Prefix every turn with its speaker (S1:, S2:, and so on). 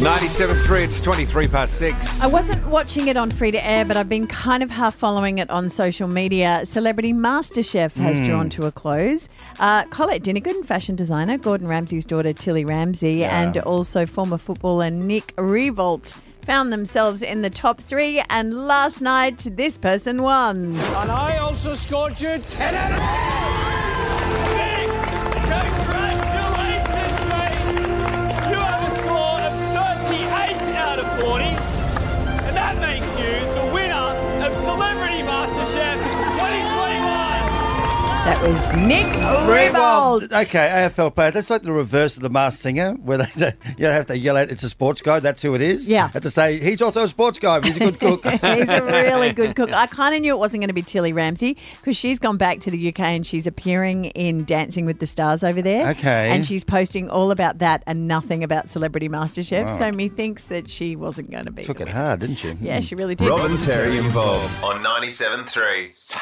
S1: 97.3, it's 23 past 6.
S2: I wasn't watching it on free to air, but I've been kind of half following it on social media. Celebrity MasterChef has drawn to a close. Uh, Colette Dinnigan, fashion designer, Gordon Ramsay's daughter Tilly Ramsay, and also former footballer Nick Revolt found themselves in the top three. And last night, this person won.
S3: And I also scored you 10 out of 10! Congratulations, mate! You have a score of 38 out of 40, and that makes you the winner of Celebrity MasterChef 2021!
S2: That was Nick
S4: Well,
S2: Revolt.
S4: okay, AFL player. That's like the reverse of the Masked Singer, where they you have to yell out, "It's a sports guy." That's who it is.
S2: Yeah.
S4: You have to say he's also a sports guy. But he's a good cook.
S2: He's a really good cook. I kind of knew it wasn't going to be Tilly Ramsey because she's gone back to the UK and she's appearing in Dancing with the Stars over there.
S4: Okay.
S2: And she's posting all about that and nothing about Celebrity MasterChef. So methinks that she wasn't going to be.
S4: Took
S2: the
S4: it
S2: winner.
S4: hard, didn't you?
S2: Yeah, she really did.
S5: Rob and Terry involved on 97.3.